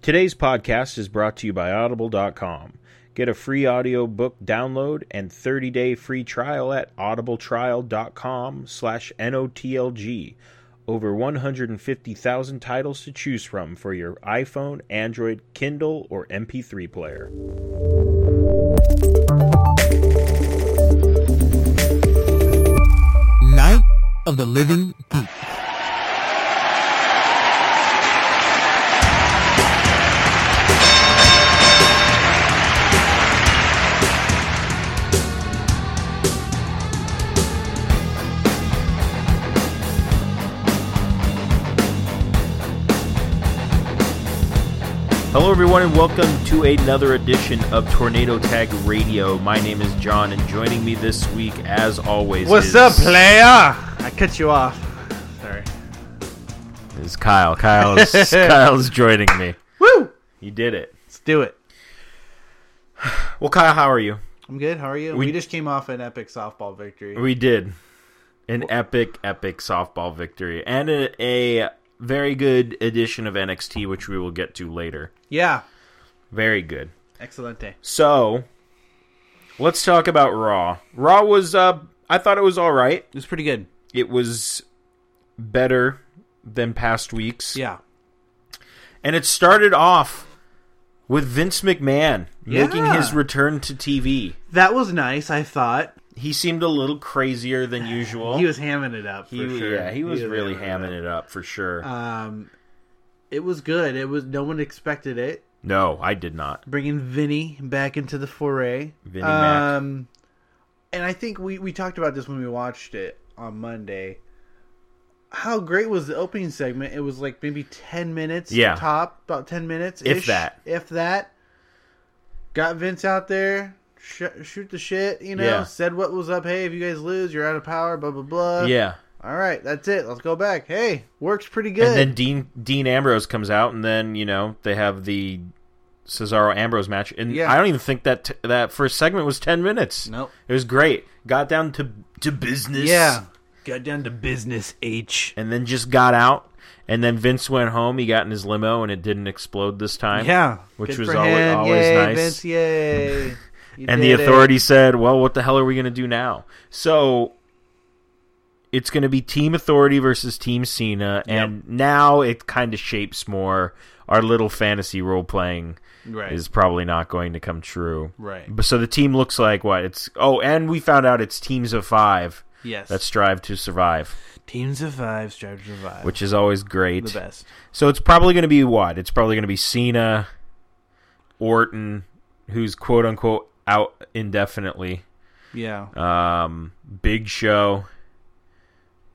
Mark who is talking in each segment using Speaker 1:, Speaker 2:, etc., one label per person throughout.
Speaker 1: Today's podcast is brought to you by Audible.com. Get a free audiobook download and 30-day free trial at audibletrial.com slash N-O-T-L-G. Over 150,000 titles to choose from for your iPhone, Android, Kindle, or MP3 player.
Speaker 2: Night of the Living Geek.
Speaker 1: Hello, everyone, and welcome to another edition of Tornado Tag Radio. My name is John, and joining me this week, as always,
Speaker 3: What's
Speaker 1: is,
Speaker 3: up, player? I cut you off. Sorry.
Speaker 1: is Kyle. Kyle's Kyle's joining me.
Speaker 3: Woo!
Speaker 1: You did it.
Speaker 3: Let's do it.
Speaker 1: Well, Kyle, how are you?
Speaker 3: I'm good. How are you?
Speaker 1: We-
Speaker 3: We, just came off an epic softball victory.
Speaker 1: We did an epic, epic softball victory and a, a very good edition of NXT, which we will get to later.
Speaker 3: yeah.
Speaker 1: Very good.
Speaker 3: Excellent day.
Speaker 1: So let's talk about Raw. Raw was, uh, I thought it was all right.
Speaker 3: It was pretty good.
Speaker 1: It was better than past weeks.
Speaker 3: Yeah.
Speaker 1: And it started off with Vince McMahon making
Speaker 3: Yeah.
Speaker 1: his return to TV.
Speaker 3: That was nice, I thought.
Speaker 1: He seemed a little crazier than usual.
Speaker 3: He was hamming it up for
Speaker 1: He-
Speaker 3: sure.
Speaker 1: Yeah, he was really
Speaker 3: hamming
Speaker 1: hamming it up for sure.
Speaker 3: it. Um it was good. It was no one expected it.
Speaker 1: no, I did not.
Speaker 3: Bringing Vinny back into the foray.
Speaker 1: Vinnie Mac.
Speaker 3: Um, and I think we, we talked about this when we watched it on Monday. How great was the opening segment? It was like maybe ten minutes,
Speaker 1: Yeah.
Speaker 3: top about ten minutes,
Speaker 1: If that.
Speaker 3: if that. Got Vince out there, sh- shoot the shit, you know.
Speaker 1: Yeah.
Speaker 3: Said what was up. Hey, if you guys lose, you're out of power. Blah blah blah.
Speaker 1: yeah.
Speaker 3: All right, that's it. Let's go back. Hey, works pretty good.
Speaker 1: And then Dean Dean Ambrose comes out, and then you know they have the Cesaro Ambrose match, and
Speaker 3: Yeah.
Speaker 1: I don't even think that t- that first segment was ten minutes.
Speaker 3: Nope.
Speaker 1: it was great. Got down to to business.
Speaker 3: yeah, got down to business. H.
Speaker 1: and then just got out, and then Vince went home. He got in his limo, and it didn't explode this time.
Speaker 3: Yeah,
Speaker 1: which
Speaker 3: Good
Speaker 1: was
Speaker 3: for
Speaker 1: always,
Speaker 3: him.
Speaker 1: always
Speaker 3: Yay,
Speaker 1: nice.
Speaker 3: Vince, yay! You
Speaker 1: and the
Speaker 3: did it.
Speaker 1: authority said, "Well, what the hell are we going to do now?" So it's going to be Team Authority versus Team Cena, and now it kind of shapes more. Our little fantasy role playing
Speaker 3: right,
Speaker 1: is probably not going to come true.
Speaker 3: right.
Speaker 1: But so the team looks like what? It's oh, and we found out it's teams of five
Speaker 3: Yes,
Speaker 1: that strive to survive,
Speaker 3: teams of five strive to survive.
Speaker 1: which is always great.
Speaker 3: the best?
Speaker 1: So it's probably going to be what? It's probably going to be Cena, Orton, who's quote unquote out indefinitely.
Speaker 3: Yeah,
Speaker 1: Um, Big Show.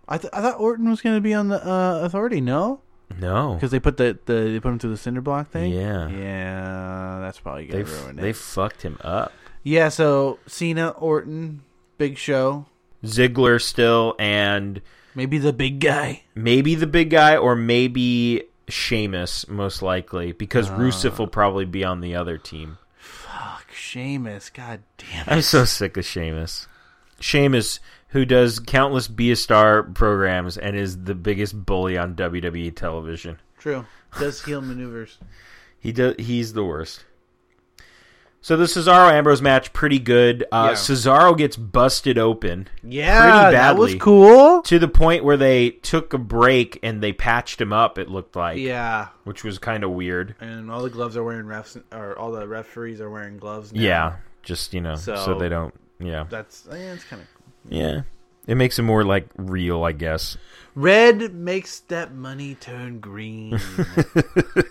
Speaker 3: I, th- I thought Orton was going to be on the uh, authority. No,
Speaker 1: No.
Speaker 3: because they put the, the they put him through the cinder block thing.
Speaker 1: Yeah.
Speaker 3: yeah, that's probably
Speaker 1: They
Speaker 3: going to
Speaker 1: f-
Speaker 3: ruin it.
Speaker 1: they fucked him up.
Speaker 3: yeah, so Cena, Orton, Big Show,
Speaker 1: Ziggler still, and
Speaker 3: maybe the big guy.
Speaker 1: maybe the big guy, or maybe Sheamus, most likely, because
Speaker 3: Uh.
Speaker 1: Rusev will probably be on the other team.
Speaker 3: Fuck, Sheamus. God damn it.
Speaker 1: I'm so sick of Sheamus. Sheamus, who does countless Be a Star programs and is the biggest bully on WWE television.
Speaker 3: True. Does heel maneuvers.
Speaker 1: He does. He's the worst. So the Cesaro Ambrose match, pretty good. Uh,
Speaker 3: Yeah.
Speaker 1: Cesaro gets busted open
Speaker 3: Yeah, that was
Speaker 1: badly.
Speaker 3: cool.
Speaker 1: to the point where they took a break and they patched him up. It looked like,
Speaker 3: Yeah,
Speaker 1: which was kind of weird.
Speaker 3: and all the gloves are wearing refs, or all the referees are wearing gloves. Now.
Speaker 1: Yeah. just you know, so,
Speaker 3: So-
Speaker 1: they don't. Yeah,
Speaker 3: that's eh, it's kind of
Speaker 1: yeah. It makes him more like real, I guess.
Speaker 3: Red makes that money turn green.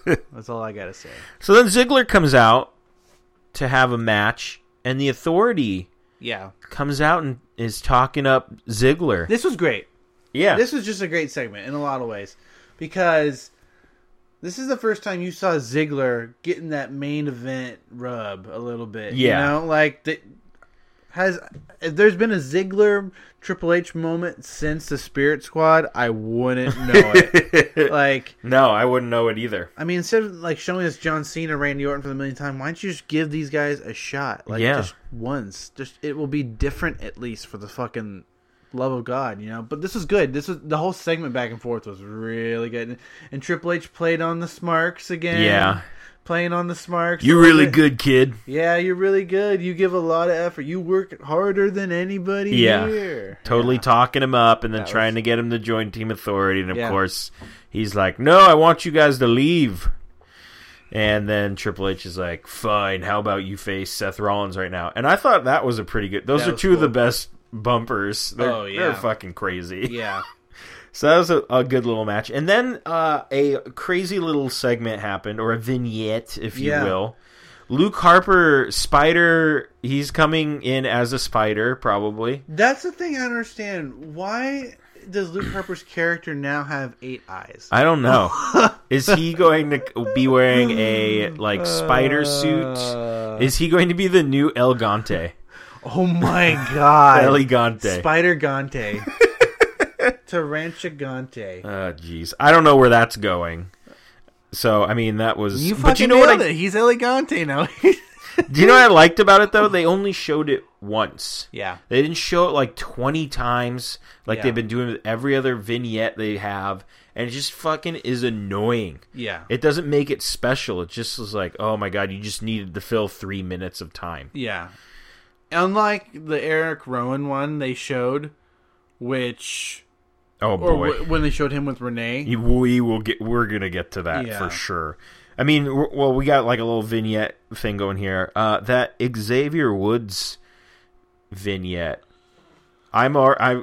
Speaker 3: That's all I gotta say.
Speaker 1: So then Ziggler comes out to have a match, and the Authority
Speaker 3: Yeah,
Speaker 1: comes out and is talking up Ziggler.
Speaker 3: this was great.
Speaker 1: yeah,
Speaker 3: This was just a great segment in a lot of ways because this is the first time you saw Ziggler getting that main event rub a little bit.
Speaker 1: Yeah.
Speaker 3: you know, like the, has if there's been a Ziggler Triple H moment since the Spirit Squad, I wouldn't know it. like
Speaker 1: no, I wouldn't know it either.
Speaker 3: I mean, instead of like showing us John Cena, Randy Orton for the millionth time, why don't you just give these guys a shot? Like
Speaker 1: Yeah.
Speaker 3: just once. Just it will be different at least for the fucking love of God, you know. But this was good. This was the whole segment back and forth was really good. And, Triple H played on the smarks again.
Speaker 1: Yeah.
Speaker 3: playing on the smarks. a
Speaker 1: You're
Speaker 3: little
Speaker 1: really
Speaker 3: bit.
Speaker 1: good, kid.
Speaker 3: Yeah, you're really good. You give a lot of effort. You work harder than anybody
Speaker 1: Yeah.
Speaker 3: here.
Speaker 1: Totally talking him up and then
Speaker 3: That
Speaker 1: trying
Speaker 3: was-
Speaker 1: to get him to join Team Authority. And of
Speaker 3: Yeah.
Speaker 1: course, he's like, No, I want you guys to leave. And then Triple H is like, Fine, how about you face Seth Rollins right now? And I thought that was a pretty good. Those
Speaker 3: That
Speaker 1: are
Speaker 3: was
Speaker 1: two of
Speaker 3: cool.
Speaker 1: the best bumpers. They're,
Speaker 3: Oh, yeah.
Speaker 1: they're fucking crazy.
Speaker 3: Yeah.
Speaker 1: So that was a, a good little match. And then uh, a crazy little segment happened, or a vignette, if you
Speaker 3: Yeah.
Speaker 1: will. Luke Harper, Spider, he's coming in as a spider, probably.
Speaker 3: That's the thing I don't understand. Why does Luke Harper's character now have eight eyes?
Speaker 1: I don't know. Is he going to be wearing a, like, spider suit?
Speaker 3: Uh,
Speaker 1: Is he going to be the new El Gante?
Speaker 3: oh my god.
Speaker 1: El Gante.
Speaker 3: Spider Gante. Tarantia Gante.
Speaker 1: Oh, jeez. I don't know where that's going. So, I mean, that was.
Speaker 3: you fucking
Speaker 1: but you know what
Speaker 3: nailed
Speaker 1: I,
Speaker 3: it. He's Elegante now.
Speaker 1: Do you know what I liked about it, though? They only showed it once.
Speaker 3: yeah.
Speaker 1: They didn't show it like 20 times like
Speaker 3: Yeah.
Speaker 1: they've been doing with every other vignette they have. And it just fucking is annoying.
Speaker 3: Yeah.
Speaker 1: It doesn't make it special. It just is like, oh my God, you just needed to fill three minutes of time.
Speaker 3: Yeah. Unlike the Eric Rowan one they showed, which
Speaker 1: Oh
Speaker 3: or
Speaker 1: boy.
Speaker 3: wh- when they showed him with Renee,
Speaker 1: You- we will get, we're going to get to that
Speaker 3: Yeah.
Speaker 1: for sure. I mean, w- well, we got like a little vignette thing going here. Uh, that Xavier Woods vignette. I'm, ar- I,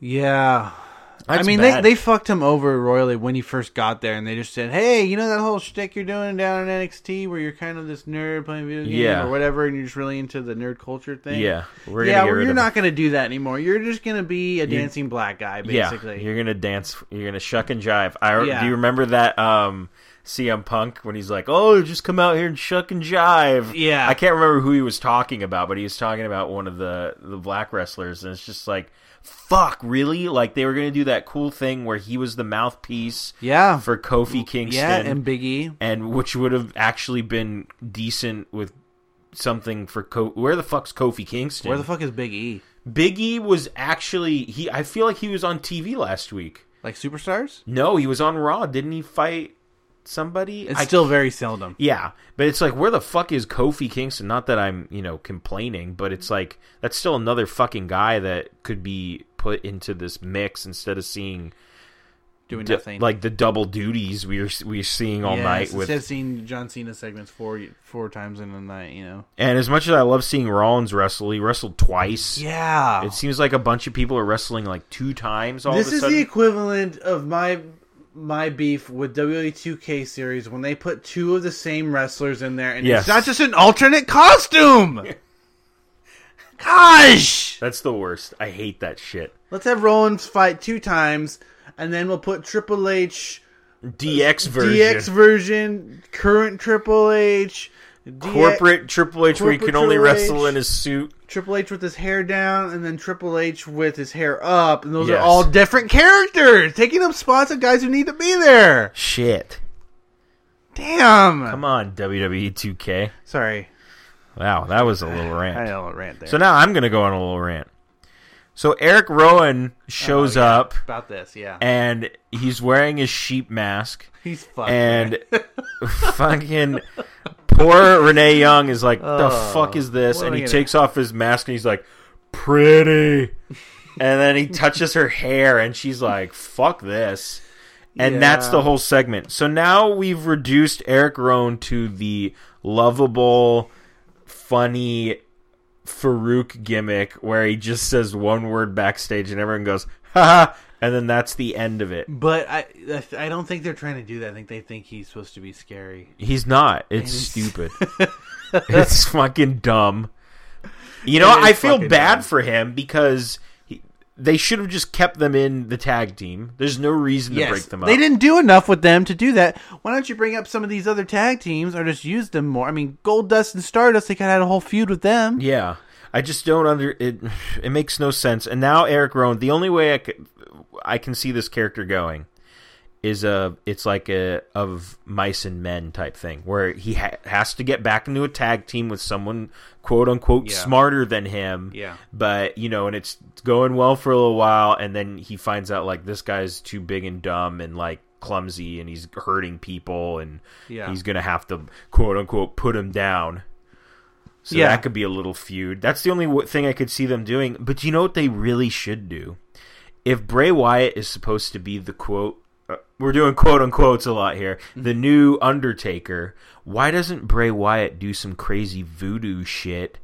Speaker 3: yeah. I
Speaker 1: that's
Speaker 3: mean,
Speaker 1: bad.
Speaker 3: they they fucked him over royally when he first got there, and they just said, "Hey, you know that whole shtick you're doing down in NXT, where you're kind of this nerd playing video games
Speaker 1: Yeah.
Speaker 3: or whatever, and you're just really into the nerd culture thing."
Speaker 1: yeah, we're gonna
Speaker 3: yeah,
Speaker 1: get
Speaker 3: well,
Speaker 1: rid
Speaker 3: you're
Speaker 1: of
Speaker 3: not going to do that anymore. You're just going to be a dancing black guy, basically.
Speaker 1: Yeah, you're gonna dance. You're gonna shuck and jive. I
Speaker 3: Yeah.
Speaker 1: do you remember that um, CM Punk when he's like, "Oh, just come out here and shuck and jive."
Speaker 3: Yeah.
Speaker 1: I can't remember who he was talking about, but he was talking about one of the the black wrestlers, and it's just like, "Fuck, really?" Like they were gonna do that cool thing where he was the mouthpiece
Speaker 3: Yeah.
Speaker 1: for Kofi Kingston,
Speaker 3: yeah, and Big E.
Speaker 1: and which would have actually been decent with. Something for Co- where the fuck's Kofi Kingston?
Speaker 3: Where the fuck is Big E?
Speaker 1: Big E was actually he. I feel like he was on TV last week.
Speaker 3: Like superstars?
Speaker 1: No, he was on Raw. Didn't he fight somebody?
Speaker 3: It's
Speaker 1: I-
Speaker 3: still very seldom.
Speaker 1: yeah, but it's like where the fuck is Kofi Kingston? Not that I'm you know complaining, but it's like that's still another fucking guy that could be put into this mix instead of seeing
Speaker 3: Doing
Speaker 1: d-
Speaker 3: nothing.
Speaker 1: like the double duties we are we are seeing all
Speaker 3: Yes,
Speaker 1: night
Speaker 3: instead of
Speaker 1: with.
Speaker 3: seeing John Cena segments four four times in a night, you know.
Speaker 1: And as much as I love seeing Rollins wrestle, he wrestled twice.
Speaker 3: Yeah.
Speaker 1: It seems like a bunch of people are wrestling like two times all
Speaker 3: this
Speaker 1: of a
Speaker 3: is
Speaker 1: sudden.
Speaker 3: the equivalent of my my beef with WWE 2K series when they put two of the same wrestlers in there and
Speaker 1: Yes.
Speaker 3: it's not just an alternate costume. Gosh.
Speaker 1: That's the worst. I hate that shit.
Speaker 3: Let's have Rollins fight two times and then we'll put Triple H
Speaker 1: DX version.
Speaker 3: DX version, current Triple H, DX
Speaker 1: corporate Triple H where he
Speaker 3: corporate
Speaker 1: can only
Speaker 3: Triple H.
Speaker 1: wrestle in his suit.
Speaker 3: Triple H with his hair down, and then Triple H with his hair up, and those
Speaker 1: Yes.
Speaker 3: are all different characters taking up spots of guys who need to be there.
Speaker 1: Shit.
Speaker 3: Damn.
Speaker 1: Come on, WWE 2K.
Speaker 3: Sorry,
Speaker 1: Wow, that was a little
Speaker 3: I had a
Speaker 1: rant.
Speaker 3: little rant there
Speaker 1: So now I'm going to go on a little rant. So Eric Rowan shows up
Speaker 3: about this. Yeah,
Speaker 1: and he's wearing his sheep mask
Speaker 3: he's fucked.
Speaker 1: and fucking poor Renee Young is like, the fuck is this?
Speaker 3: Oh, what
Speaker 1: And
Speaker 3: am I
Speaker 1: he
Speaker 3: gonna-
Speaker 1: takes off his mask and he's like, pretty. and then he touches her hair and she's like, fuck this. And that's
Speaker 3: Yeah.
Speaker 1: the whole segment. So now we've reduced Eric Rohn to the lovable, funny Farouk gimmick where he just says one word backstage and everyone goes, ha ha. And then that's the end of it.
Speaker 3: but I, I th- I don't think they're trying to do that. I think they think he's supposed to be scary.
Speaker 1: He's not. It's
Speaker 3: it's-
Speaker 1: stupid. it's fucking dumb. You know,
Speaker 3: It is
Speaker 1: I feel
Speaker 3: fucking
Speaker 1: bad
Speaker 3: dumb.
Speaker 1: for him because he, they should have just kept them in the tag team. There's no reason to break them up.
Speaker 3: they didn't do enough with them to do that. Why don't you bring up some of these other tag teams or just use them more? I mean, Gold Dust and Stardust, they kind of had a whole feud with them.
Speaker 1: Yeah, I just don't under it. It makes no sense. And now Eric Rowan. The only way I could, I can see this character going is a it's like a of mice and men type thing where he ha- has to get back into a tag team with someone quote unquote
Speaker 3: Yeah.
Speaker 1: smarter than him
Speaker 3: Yeah.
Speaker 1: but you know and it's going well for a little while and then he finds out like this guy's too big and dumb and like clumsy and he's hurting people and
Speaker 3: Yeah.
Speaker 1: he's gonna have to quote unquote put him down. So
Speaker 3: Yeah.
Speaker 1: that could be a little feud. That's the only w- thing I could see them doing. But you know what they really should do? If Bray Wyatt is supposed to be the quote, uh, we're doing quote unquotes a lot here, the new Undertaker, why doesn't Bray Wyatt do some crazy voodoo shit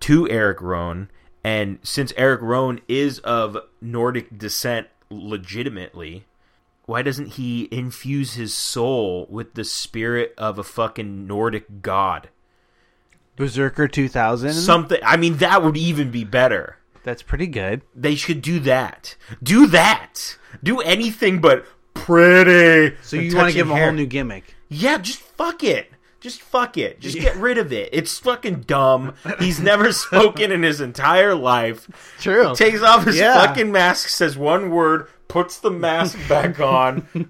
Speaker 1: to Eric Rohn? And since Eric Rohn is of Nordic descent legitimately, why doesn't he infuse his soul with the spirit of a fucking Nordic god?
Speaker 3: Berserker 2000.
Speaker 1: Something. I mean, that would even be better.
Speaker 3: That's pretty good.
Speaker 1: They should do that. Do that. Do anything but pretty.
Speaker 3: So
Speaker 1: and
Speaker 3: you want to
Speaker 1: touching
Speaker 3: give him a
Speaker 1: hair.
Speaker 3: whole new gimmick?
Speaker 1: Yeah, just fuck it. Just fuck it. Just get rid of it. It's fucking dumb. He's never spoken in his entire life.
Speaker 3: True.
Speaker 1: Takes off his
Speaker 3: Yeah.
Speaker 1: fucking mask, says one word, puts the mask back on, and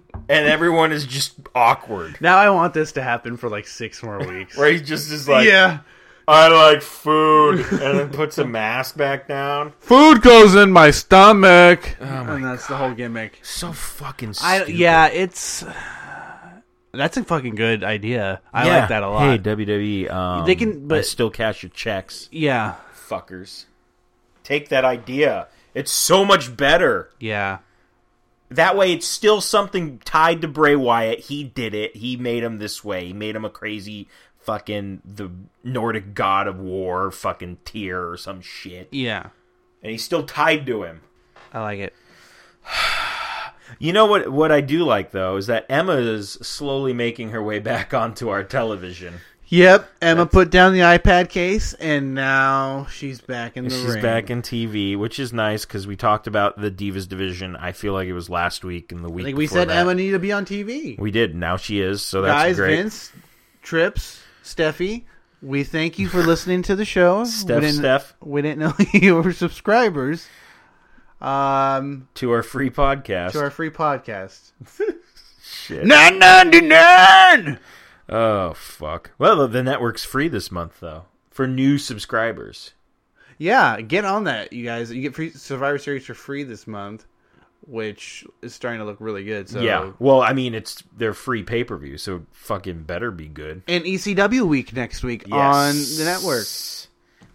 Speaker 1: everyone is just awkward.
Speaker 3: now I want this to happen for like six more weeks.
Speaker 1: Where he just is like,
Speaker 3: yeah.
Speaker 1: I like food, and then puts a mask back down.
Speaker 4: Food goes in my stomach.
Speaker 3: and that's the whole gimmick.
Speaker 1: So fucking
Speaker 3: Oh I
Speaker 1: stupid.
Speaker 3: yeah, it's that's a fucking good idea. I like that a
Speaker 1: Hey
Speaker 3: lot.
Speaker 1: WWE, um,
Speaker 3: They can- but-
Speaker 1: I still cash your checks,
Speaker 3: yeah,
Speaker 1: fuckers. Take that idea. It's so much better.
Speaker 3: yeah,
Speaker 1: That way, it's still something tied to Bray Wyatt. He did it. He made him this way. He made him a crazy fucking the Nordic god of war fucking tier or some shit,
Speaker 3: yeah.
Speaker 1: and he's still tied to him.
Speaker 3: I like it.
Speaker 1: You know what? What I do like though is that Emma is slowly making her way back onto our television.
Speaker 3: Yep, Emma put down the iPad case, and now she's back in the
Speaker 1: She's
Speaker 3: ring.
Speaker 1: back in TV, which is nice because we talked about the Divas division. I feel like it was last week and the week.
Speaker 3: like we
Speaker 1: before
Speaker 3: said,
Speaker 1: that.
Speaker 3: Emma needed to be on TV.
Speaker 1: We did. Now she is. So that's
Speaker 3: Guys,
Speaker 1: great.
Speaker 3: Vince, Trips, Steffi, we thank you for listening to the show.
Speaker 1: Steph,
Speaker 3: we didn't,
Speaker 1: Steph,
Speaker 3: we didn't know you were subscribers. Um,
Speaker 1: to our free podcast.
Speaker 3: to our free podcast.
Speaker 4: Nine ninety nine.
Speaker 1: Oh fuck. Well, the network's free this month though for new subscribers.
Speaker 3: Yeah, get on that, you guys. You get free Survivor Series for free this month, which is starting to look really good. So
Speaker 1: Yeah. Well, I mean, it's their free pay per view, so it fucking better be good
Speaker 3: and ECW E week next week on
Speaker 1: Yes.
Speaker 3: the network,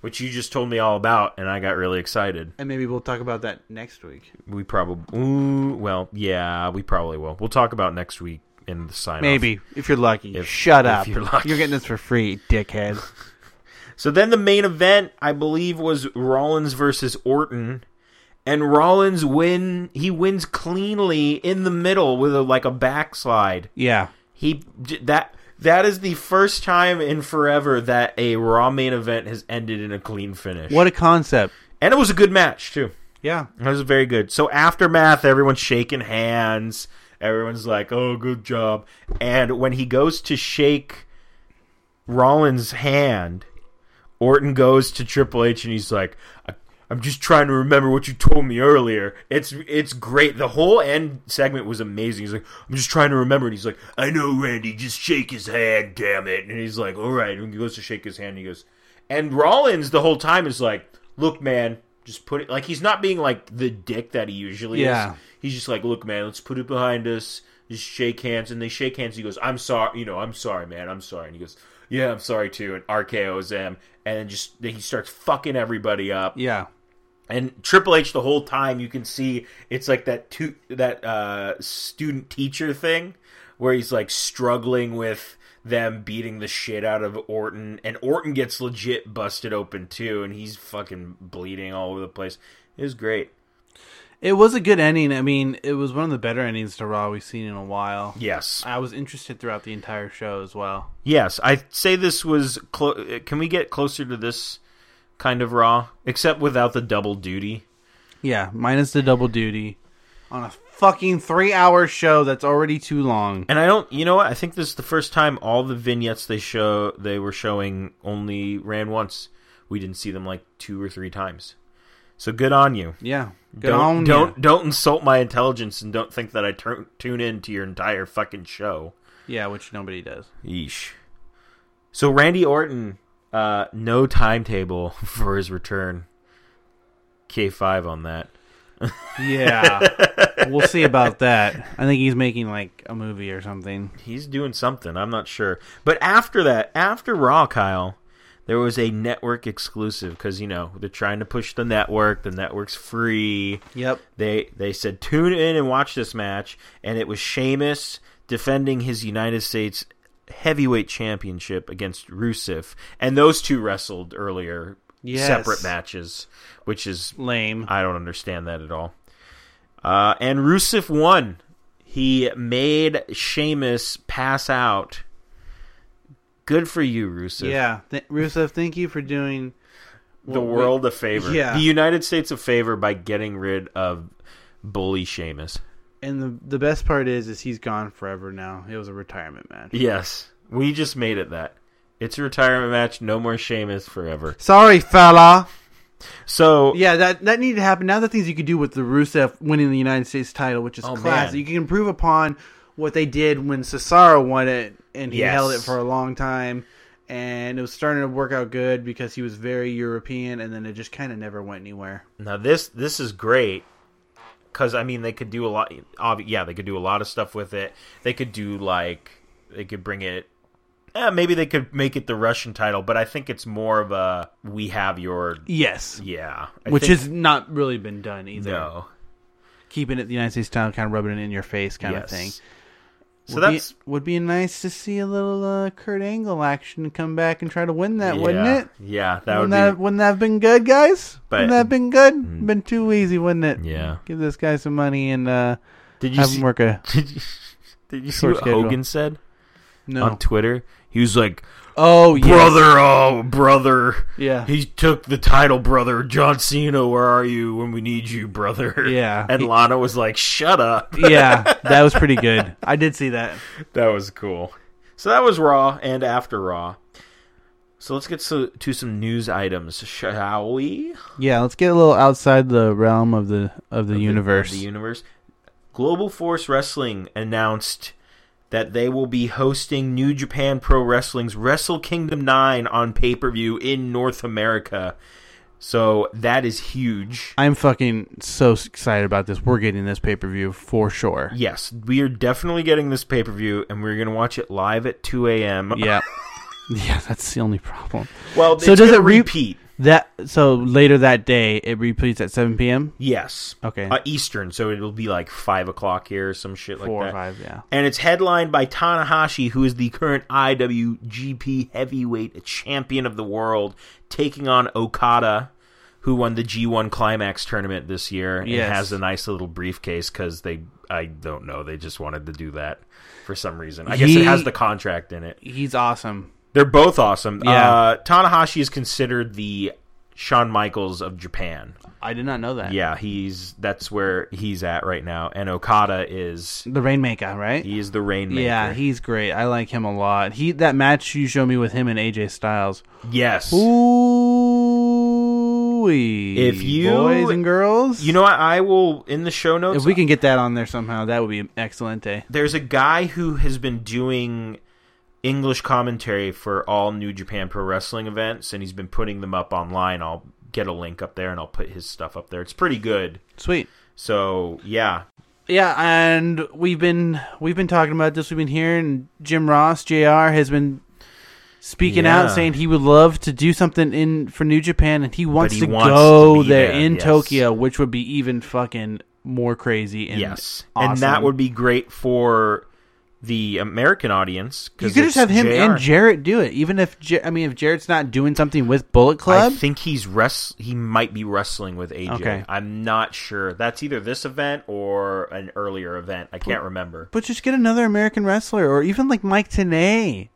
Speaker 1: Which you just told me all about, and I got really excited.
Speaker 3: and maybe we'll talk about that next week.
Speaker 1: We probably, ooh, well, yeah, we probably will. We'll talk about next week in the sign.
Speaker 3: Maybe if you're lucky.
Speaker 1: If-
Speaker 3: Shut
Speaker 1: if
Speaker 3: up.
Speaker 1: you're lucky.
Speaker 3: You're getting this for free, dickhead.
Speaker 1: So then the main event, I believe, was Rollins versus Orton, and Rollins win. He wins cleanly in the middle with a, like a backslide.
Speaker 3: yeah.
Speaker 1: He j- that that is the first time in forever that a Raw main event has ended in a clean finish.
Speaker 3: What a concept.
Speaker 1: And it was a good match too.
Speaker 3: Yeah.
Speaker 1: It was very good. So aftermath, everyone's shaking hands. Everyone's like, "Oh, good job!" And when he goes to shake Rollins' hand, Orton goes to Triple H and he's like, I, "I'm just trying to remember what you told me earlier." It's it's great. The whole end segment was amazing. He's like, "I'm just trying to remember," and he's like, "I know, Randy. Just shake his hand, damn it!" And he's like, "All right." And he goes to shake his hand. And he goes, and Rollins the whole time is like, "Look, man." Just put it like he's not being like the dick that he usually
Speaker 3: Yeah.
Speaker 1: is. He's just like, look, man, let's put it behind us. Just shake hands, and they shake hands. He goes, "I'm sorry, you know, I'm sorry, man, I'm sorry." And he goes, "Yeah, I'm sorry too." And RKO's him, and then just then he starts fucking everybody up.
Speaker 3: Yeah.
Speaker 1: And Triple H the whole time you can see it's like that two, that uh, student teacher thing where he's like struggling with them beating the shit out of Orton, and Orton gets legit busted open too, and he's fucking bleeding all over the place. It was great.
Speaker 3: It was a good ending. I mean, it was one of the better endings to Raw we've seen in a while.
Speaker 1: Yes,
Speaker 3: I was interested throughout the entire show as well.
Speaker 1: Yes, I say this was. Clo- can we get closer to this kind of raw, except without the double duty?
Speaker 3: Yeah, minus the double duty on a fucking three hour show that's already too long.
Speaker 1: And I don't. You know what? I think this is the first time all the vignettes they show they were showing only ran once. We didn't see them like two or three times. So good on you.
Speaker 3: Yeah. Good
Speaker 1: don't
Speaker 3: on ya.
Speaker 1: don't don't insult my intelligence and don't think that I turn tune in to your entire fucking show.
Speaker 3: Yeah, which nobody does.
Speaker 1: Yeesh. So Randy Orton, uh, no timetable for his return. K five on that.
Speaker 3: Yeah, we'll see about that. I think he's making like a movie or something.
Speaker 1: He's doing something. I'm not sure. But after that, after Raw, Kyle, there was a network exclusive because you know they're trying to push the network. The network's free.
Speaker 3: Yep.
Speaker 1: They they said tune in and watch this match, and it was Sheamus defending his United States heavyweight championship against Rusev, and those two wrestled earlier.
Speaker 3: Yes.
Speaker 1: Separate matches, which is
Speaker 3: Lame.
Speaker 1: I don't understand that at all. Uh, and Rusev won. He made Sheamus pass out. Good for you, Rusev.
Speaker 3: yeah, Th- Rusev, thank you for doing.
Speaker 1: The world a favor.
Speaker 3: Yeah.
Speaker 1: The United States a favor by getting rid of bully Sheamus.
Speaker 3: And the the best part is, is he's gone forever now. It was a retirement match.
Speaker 1: Yes. We just made it that. It's a retirement match. No more Sheamus forever.
Speaker 3: Sorry, fella.
Speaker 1: So
Speaker 3: Yeah, that that needed to happen. Now the things you could do with the Rusev winning the United States title, which is
Speaker 1: Oh,
Speaker 3: classic.
Speaker 1: man.
Speaker 3: You can improve upon what they did when Cesaro won it, and he
Speaker 1: Yes.
Speaker 3: held it for a long time, and it was starting to work out good because he was very European, and then it just kind of never went anywhere.
Speaker 1: Now this this is great because I mean they could do a lot. Ob- yeah, they could do a lot of stuff with it. They could do like they could bring it. Eh, maybe they could make it the Russian title, but I think it's more of a we have your
Speaker 3: Yes,
Speaker 1: yeah, I
Speaker 3: which
Speaker 1: think-
Speaker 3: has not really been done either.
Speaker 1: no
Speaker 3: Keeping it the United States title, kind of rubbing it in your face, kind
Speaker 1: yes.
Speaker 3: of thing.
Speaker 1: So
Speaker 3: would
Speaker 1: that's
Speaker 3: be, would be nice to see a little uh, Kurt Angle action come back and try to win that,
Speaker 1: yeah,
Speaker 3: wouldn't it?
Speaker 1: Yeah, that would
Speaker 3: Wouldn't that,
Speaker 1: be
Speaker 3: wouldn't that have been good, guys?
Speaker 1: But- Mm.
Speaker 3: wouldn't that have been good? Been too easy, wouldn't it?
Speaker 1: yeah.
Speaker 3: Give this guy some money and uh,
Speaker 1: Did you
Speaker 3: have
Speaker 1: see,
Speaker 3: him work a
Speaker 1: did you, did you see
Speaker 3: Short
Speaker 1: what
Speaker 3: schedule.
Speaker 1: Hogan said
Speaker 3: no.
Speaker 1: on Twitter? He was like,
Speaker 3: oh yeah,
Speaker 1: brother, oh brother.
Speaker 3: Yeah.
Speaker 1: he took the title, brother. John Cena, where are you when we need you, brother?
Speaker 3: Yeah.
Speaker 1: and
Speaker 3: He-
Speaker 1: Lana was like, "Shut up."
Speaker 3: yeah, that was pretty good. I did see that.
Speaker 1: That was cool. So that was Raw, and after Raw. So let's get to, to some news items, shall we?
Speaker 3: Yeah, let's get a little outside the realm of the of the universe.
Speaker 1: The universe. Global Force Wrestling announced that they will be hosting New Japan Pro Wrestling's Wrestle Kingdom 9 on pay per view in North America. So that is huge.
Speaker 3: I'm fucking so excited about this. We're getting this pay per view for sure.
Speaker 1: Yes, we are definitely getting this pay per view, and we're going to watch it live at 2 a.m.
Speaker 3: Yeah, yeah, that's the only problem.
Speaker 1: Well,
Speaker 3: So
Speaker 1: it's
Speaker 3: does
Speaker 1: gonna
Speaker 3: it re-
Speaker 1: repeat?
Speaker 3: That so later that day it repeats at 7 p.m.
Speaker 1: Yes.
Speaker 3: Okay.
Speaker 1: Uh, Eastern, so it'll be like five o'clock here, or some shit like
Speaker 3: Four
Speaker 1: that.
Speaker 3: or five, yeah.
Speaker 1: And it's headlined by Tanahashi, who is the current IWGP Heavyweight Champion of the World, taking on Okada, who won the G1 Climax tournament this year
Speaker 3: Yes.
Speaker 1: and has a nice little briefcase because they, I don't know, they just wanted to do that for some reason. I guess
Speaker 3: He-
Speaker 1: it has the contract in it.
Speaker 3: He's awesome.
Speaker 1: They're both awesome.
Speaker 3: Yeah.
Speaker 1: Uh, Tanahashi is considered the Shawn Michaels of Japan.
Speaker 3: I did not know that.
Speaker 1: Yeah, he's that's where he's at right now. And Okada is
Speaker 3: The Rainmaker, right?
Speaker 1: he is the rainmaker.
Speaker 3: Yeah, he's great. I like him a lot. He that match you showed me with him and AJ Styles.
Speaker 1: yes.
Speaker 3: Ooh,
Speaker 1: If you-
Speaker 3: boys and girls,
Speaker 1: You know what? I will in the show notes.
Speaker 3: if we can get that on there somehow, that would be excellent. eh?
Speaker 1: there's a guy who has been doing English commentary for all New Japan Pro Wrestling events, and he's been putting them up online. I'll get a link up there, and I'll put his stuff up there. It's pretty good.
Speaker 3: Sweet.
Speaker 1: So yeah,
Speaker 3: Yeah, and we've been we've been talking about this. We've been hearing Jim Ross Jr. has been speaking out
Speaker 1: Yeah.
Speaker 3: saying he would love to do something in for New Japan, and he wants
Speaker 1: he
Speaker 3: to
Speaker 1: wants
Speaker 3: go
Speaker 1: to be
Speaker 3: there,
Speaker 1: there,
Speaker 3: in
Speaker 1: yes.
Speaker 3: Tokyo, which would be even fucking more crazy. And
Speaker 1: yes,
Speaker 3: awesome.
Speaker 1: and that would be great for the American audience.
Speaker 3: You
Speaker 1: 'cause
Speaker 3: could
Speaker 1: it's
Speaker 3: just have him
Speaker 1: JR.
Speaker 3: and Jarrett do it, even if Jar- I mean if Jarrett's not doing something with Bullet Club.
Speaker 1: I think he's wrest. He might be wrestling with AJ.
Speaker 3: Okay.
Speaker 1: I'm not sure. That's either this event or an earlier event. I can't remember.
Speaker 3: but just get another American wrestler, or even like Mike Tenay.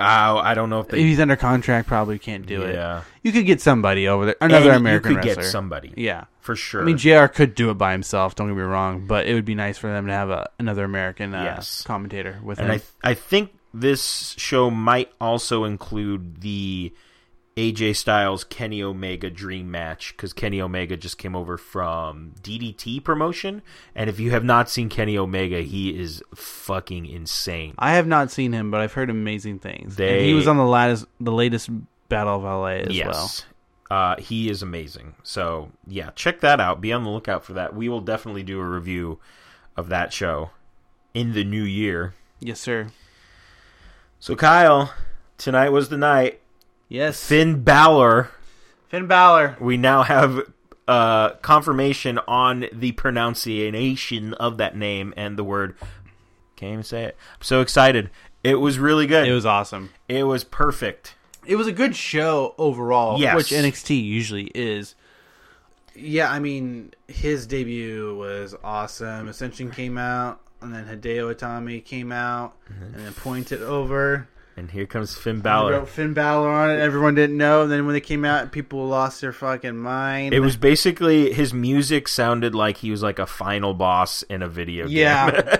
Speaker 1: Oh, I don't know if they.
Speaker 3: He's under contract, probably can't do
Speaker 1: Yeah.
Speaker 3: it. You could get somebody over there, another
Speaker 1: And
Speaker 3: American
Speaker 1: You could
Speaker 3: wrestler.
Speaker 1: get somebody.
Speaker 3: Yeah,
Speaker 1: for sure.
Speaker 3: I mean Jr. could do it by himself. Don't get me wrong, but it would be nice for them to have a, another American uh,
Speaker 1: Yes.
Speaker 3: commentator with
Speaker 1: and
Speaker 3: him.
Speaker 1: I I think this show might also include the AJ Styles Kenny Omega dream match because Kenny Omega just came over from DDT promotion, and if you have not seen Kenny Omega, he is fucking insane.
Speaker 3: I have not seen him, but I've heard amazing things. And
Speaker 1: They-
Speaker 3: he was on the latest, the latest Battle of LA as well.
Speaker 1: Uh, he is amazing. So yeah, check that out. Be on the lookout for that. We will definitely do a review of that show in the new year.
Speaker 3: Yes, sir.
Speaker 1: So Kyle, tonight was the night.
Speaker 3: Yes. Finn,
Speaker 1: Finn Balor.
Speaker 3: Balor.
Speaker 1: We now have uh, confirmation on the pronunciation of that name and the word. Can't even say it. I'm so excited. It was really good.
Speaker 3: It was awesome.
Speaker 1: It was perfect.
Speaker 3: It was a good show overall,
Speaker 1: Yes.
Speaker 3: which NXT usually is. Yeah, I mean, his debut was awesome. Ascension came out, and then Hideo Itami came out, and then pointed over.
Speaker 1: And here comes Finn
Speaker 3: I
Speaker 1: Balor.
Speaker 3: wrote Finn Balor on it. Everyone didn't know. And then when they came out, people lost their fucking mind.
Speaker 1: It was basically his music sounded like he was like a final boss in a video game.
Speaker 3: yeah,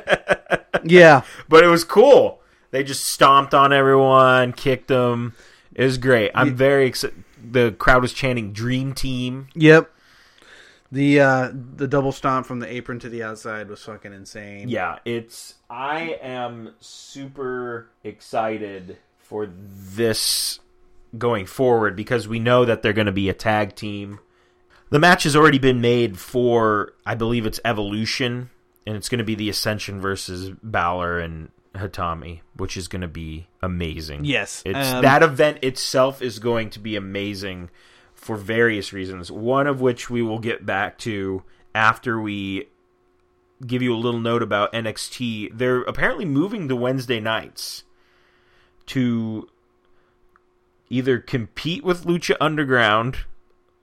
Speaker 3: yeah.
Speaker 1: but it was cool. They just stomped on everyone, kicked them. It was great. I'm very excited. The crowd was chanting "Dream Team."
Speaker 3: Yep. The uh the double stomp from the apron to the outside was fucking insane.
Speaker 1: Yeah, it's. I am super excited for this going forward because we know that they're going to be a tag team. The match has already been made for, I believe it's Evolution, and it's going to be the Ascension versus Balor and Hatami, which is going to be amazing.
Speaker 3: Yes,
Speaker 1: It's
Speaker 3: um,
Speaker 1: that event itself is going to be amazing for various reasons. One of which we will get back to after we give you a little note about NXT. They're apparently moving to Wednesday nights to either compete with Lucha Underground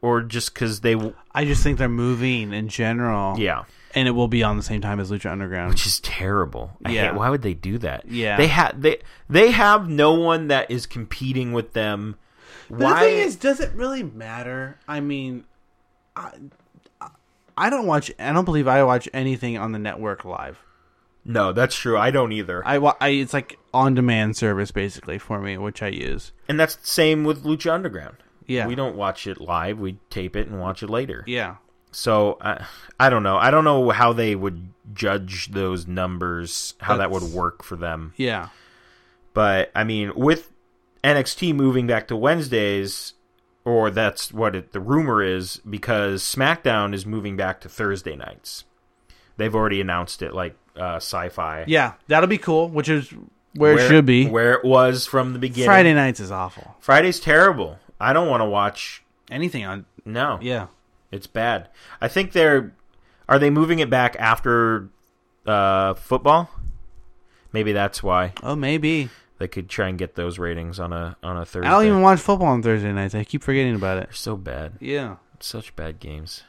Speaker 1: or just because they w-
Speaker 3: I just think they're moving in general.
Speaker 1: yeah
Speaker 3: And it will be on the same time as Lucha Underground.
Speaker 1: which is terrible. I
Speaker 3: Yeah.
Speaker 1: hate, why would they do that?
Speaker 3: Yeah.
Speaker 1: they have they they have no one that is competing with them.
Speaker 3: The thing is, does it really matter? I mean, I, I- I don't watch. I don't believe I watch anything on the network live.
Speaker 1: No, that's true. I don't either.
Speaker 3: I, wa- I it's like on demand service basically for me, which I use.
Speaker 1: and that's the same with Lucha Underground.
Speaker 3: Yeah.
Speaker 1: We don't watch it live. We tape it and watch it later.
Speaker 3: Yeah.
Speaker 1: So I, I don't know. I don't know how they would judge those numbers, how that would
Speaker 3: That's-
Speaker 1: work for them.
Speaker 3: Yeah.
Speaker 1: But I mean, with NXT moving back to Wednesdays, or that's what it, the rumor is, because SmackDown is moving back to Thursday nights. They've already announced it, like uh, Sci-Fi.
Speaker 3: Yeah. That'll be cool, which is where, it should be.
Speaker 1: where it was from the beginning.
Speaker 3: Friday nights is awful.
Speaker 1: Friday's terrible. I don't want to watch.
Speaker 3: Anything on
Speaker 1: No,
Speaker 3: yeah.
Speaker 1: it's bad. I think they're are they moving it back after uh, football? Maybe that's why
Speaker 3: Oh, maybe.
Speaker 1: they could try and get those ratings on a on a Thursday.
Speaker 3: I don't even watch football on Thursday nights. I keep forgetting about it.
Speaker 1: They're so bad.
Speaker 3: Yeah.
Speaker 1: Such bad games.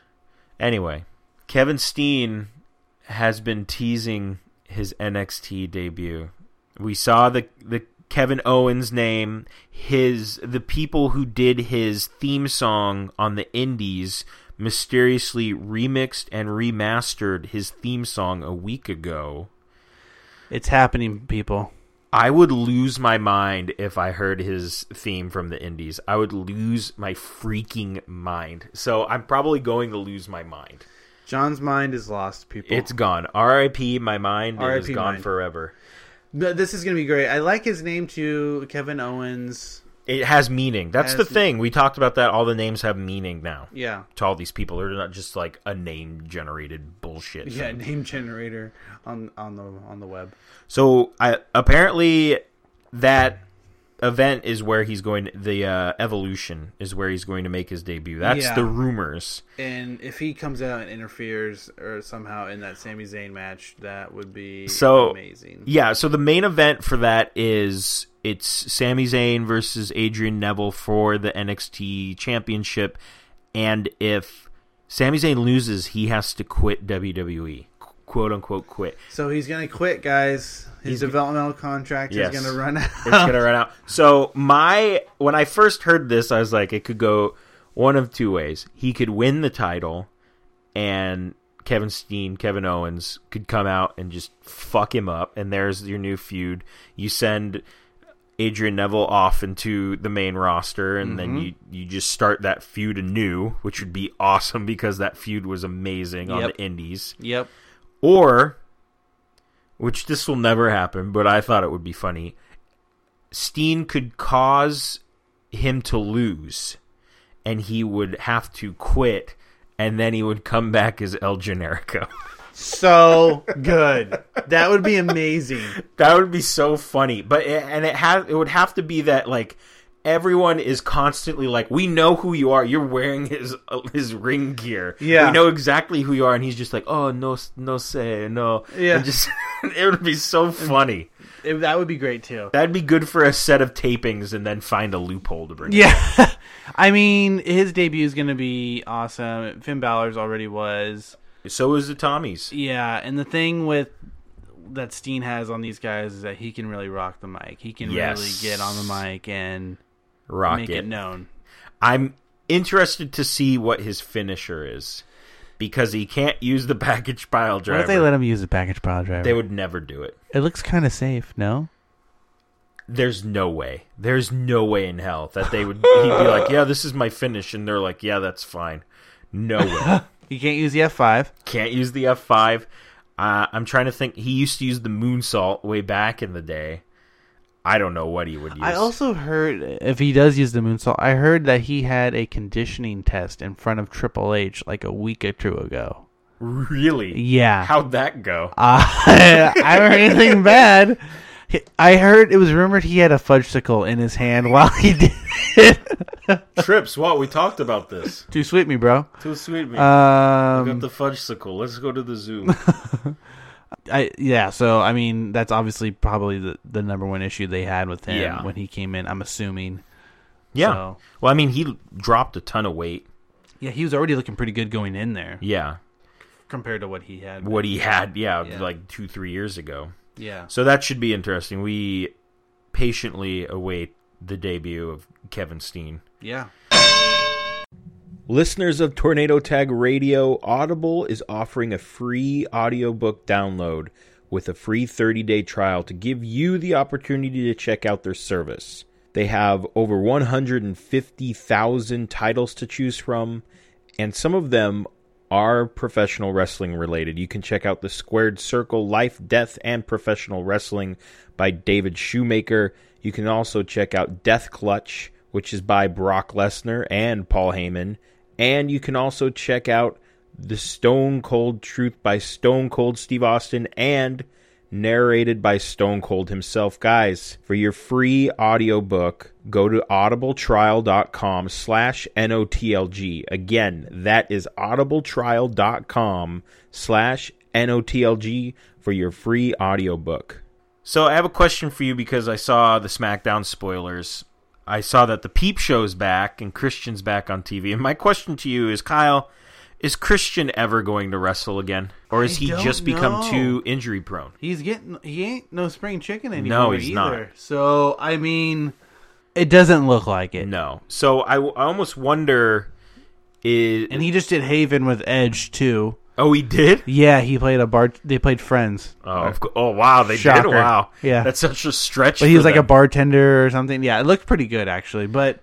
Speaker 1: Anyway, Kevin Steen has been teasing his NXT debut. We saw the the Kevin Owens name, his the people who did his theme song on the Indies mysteriously remixed and remastered his theme song a week ago.
Speaker 3: It's happening, people.
Speaker 1: I would lose my mind if I heard his theme from the Indies. I would lose my freaking mind. So I'm probably going to lose my mind.
Speaker 3: John's mind is lost, people.
Speaker 1: It's gone. R.I.P. My mind is
Speaker 3: R.I.P.
Speaker 1: gone
Speaker 3: mind.
Speaker 1: forever.
Speaker 3: No, this is going to be great. I like his name too, Kevin Owens.
Speaker 1: It has meaning. That's
Speaker 3: Has
Speaker 1: the thing. We talked about that. All the names have meaning now
Speaker 3: Yeah.
Speaker 1: to all these people. They're not just like a name generated bullshit.
Speaker 3: Yeah,
Speaker 1: thing.
Speaker 3: name generator on on the on the web.
Speaker 1: So I, apparently that event is where he's going. The uh, evolution is where he's going to make his debut. That's
Speaker 3: Yeah.
Speaker 1: the rumors.
Speaker 3: And if he comes out and interferes or somehow in that Sami Zayn match, that would be
Speaker 1: So-
Speaker 3: amazing.
Speaker 1: Yeah, so the main event for that is it's Sami Zayn versus Adrian Neville for the NXT championship. And if Sami Zayn loses, he has to quit WWE. Qu- Quote unquote quit.
Speaker 3: So he's going to quit, guys. His developmental contract
Speaker 1: Yes.
Speaker 3: is going to run out.
Speaker 1: It's gonna run out. So my when I first heard this, I was like, it could go one of two ways. He could win the title and Kevin Steen, Kevin Owens could come out and just fuck him up, and there's your new feud. You send Adrian Neville off into the main roster, and
Speaker 3: Mm-hmm.
Speaker 1: then you you just start that feud anew, which would be awesome because that feud was amazing on
Speaker 3: Yep.
Speaker 1: the Indies.
Speaker 3: yep.
Speaker 1: Or, which this will never happen, but I thought it would be funny. Steen could cause him to lose, and he would have to quit, and then he would come back as El Generico.
Speaker 3: So good. That would be amazing.
Speaker 1: that would be so funny. But it, and it had it would have to be that like everyone is constantly like, we know who you are. You're wearing his his ring gear.
Speaker 3: Yeah.
Speaker 1: we know exactly who you are. And he's just like, oh no, no say no.
Speaker 3: Yeah.
Speaker 1: and just it would be so funny.
Speaker 3: It- that would be great too.
Speaker 1: That'd be good for a set of tapings, and then find a loophole to bring. it.
Speaker 3: Yeah. I mean, his debut is going to be awesome. Finn Balor's already was.
Speaker 1: So is the Tommies.
Speaker 3: Yeah, and the thing with that Steen has on these guys is that he can really rock the mic. He can
Speaker 1: Yes.
Speaker 3: really get on the mic and
Speaker 1: Rocket.
Speaker 3: make it known.
Speaker 1: I'm interested to see what his finisher is because he can't use the package pile driver.
Speaker 3: him use a package pile driver?
Speaker 1: They would never do it.
Speaker 3: It looks kind of safe, no?
Speaker 1: There's no way. There's no way in hell that they would. He'd be like, "Yeah, this is my finish," and they're like, "Yeah, that's fine." No way.
Speaker 3: You can't use the F5.
Speaker 1: can't use the F five. Uh, I'm trying to think. He used to use the moonsault way back in the day. I don't know what he would use.
Speaker 3: I also heard, if he does use the moonsault, I heard that he had a conditioning test in front of Triple H like a week or two ago.
Speaker 1: really.
Speaker 3: Yeah.
Speaker 1: How'd that go?
Speaker 3: Uh, I haven't heard anything bad. He- I heard it was rumored he had a fudgesicle in his hand while he did it.
Speaker 1: Trips. What we talked about this.
Speaker 3: Too sweet, me, bro.
Speaker 1: Too sweet. Me.
Speaker 3: Um,
Speaker 1: fudgesicle. Let's go to the zoo.
Speaker 3: I yeah. So I mean, that's obviously probably the, the number one issue they had with him
Speaker 1: Yeah.
Speaker 3: when he came in. I'm assuming.
Speaker 1: yeah.
Speaker 3: So-
Speaker 1: Well, I mean, he dropped a ton of weight.
Speaker 3: Yeah, he was already looking pretty good going in there
Speaker 1: Yeah.
Speaker 3: compared to what he had.
Speaker 1: What he had, yeah,
Speaker 3: Yeah.
Speaker 1: like two, three years ago.
Speaker 3: Yeah.
Speaker 1: So that should be interesting. We patiently await the debut of Kevin Steen.
Speaker 3: Yeah.
Speaker 5: Listeners of Tornado Tag Radio, Audible is offering a free audiobook download with a free 30 day trial to give you the opportunity to check out their service. They have over 150,000 titles to choose from, and some of them are professional wrestling related. You can check out The Squared Circle Life, Death, and Professional Wrestling by David Shoemaker. You can also check out Death Clutch, which is by Brock Lesnar and Paul Heyman. And you can also check out The Stone Cold Truth by Stone Cold Steve Austin and narrated by Stone Cold himself. Guys, for your free audiobook, go to audibletrial.com slash N-O-T-L-G. Again, that is audibletrial.com slash N-O-T-L-G for your free audiobook.
Speaker 1: So I have a question for you because I saw the SmackDown spoilers. I saw that the Peep Show's back and Christian's back on TV. And my question to you is, Kyle, is Christian ever going to wrestle again, or has
Speaker 3: I
Speaker 1: he
Speaker 3: don't
Speaker 1: just become
Speaker 3: know.
Speaker 1: too injury prone?
Speaker 3: He's getting he ain't no spring chicken anymore
Speaker 1: No, he's
Speaker 3: either. So I mean, it doesn't look like it.
Speaker 1: No. So I, I almost wonder. Is,
Speaker 3: And he just did Haven with Edge too.
Speaker 1: oh, he did.
Speaker 3: Yeah, he played a bar. They played Friends,
Speaker 1: Oh, of cou- oh wow, they
Speaker 3: Shocker.
Speaker 1: did. Wow,
Speaker 3: Yeah.
Speaker 1: that's such a stretch.
Speaker 3: but he was
Speaker 1: for
Speaker 3: like a
Speaker 1: them.
Speaker 3: bartender or something. Yeah, it looked pretty good actually. But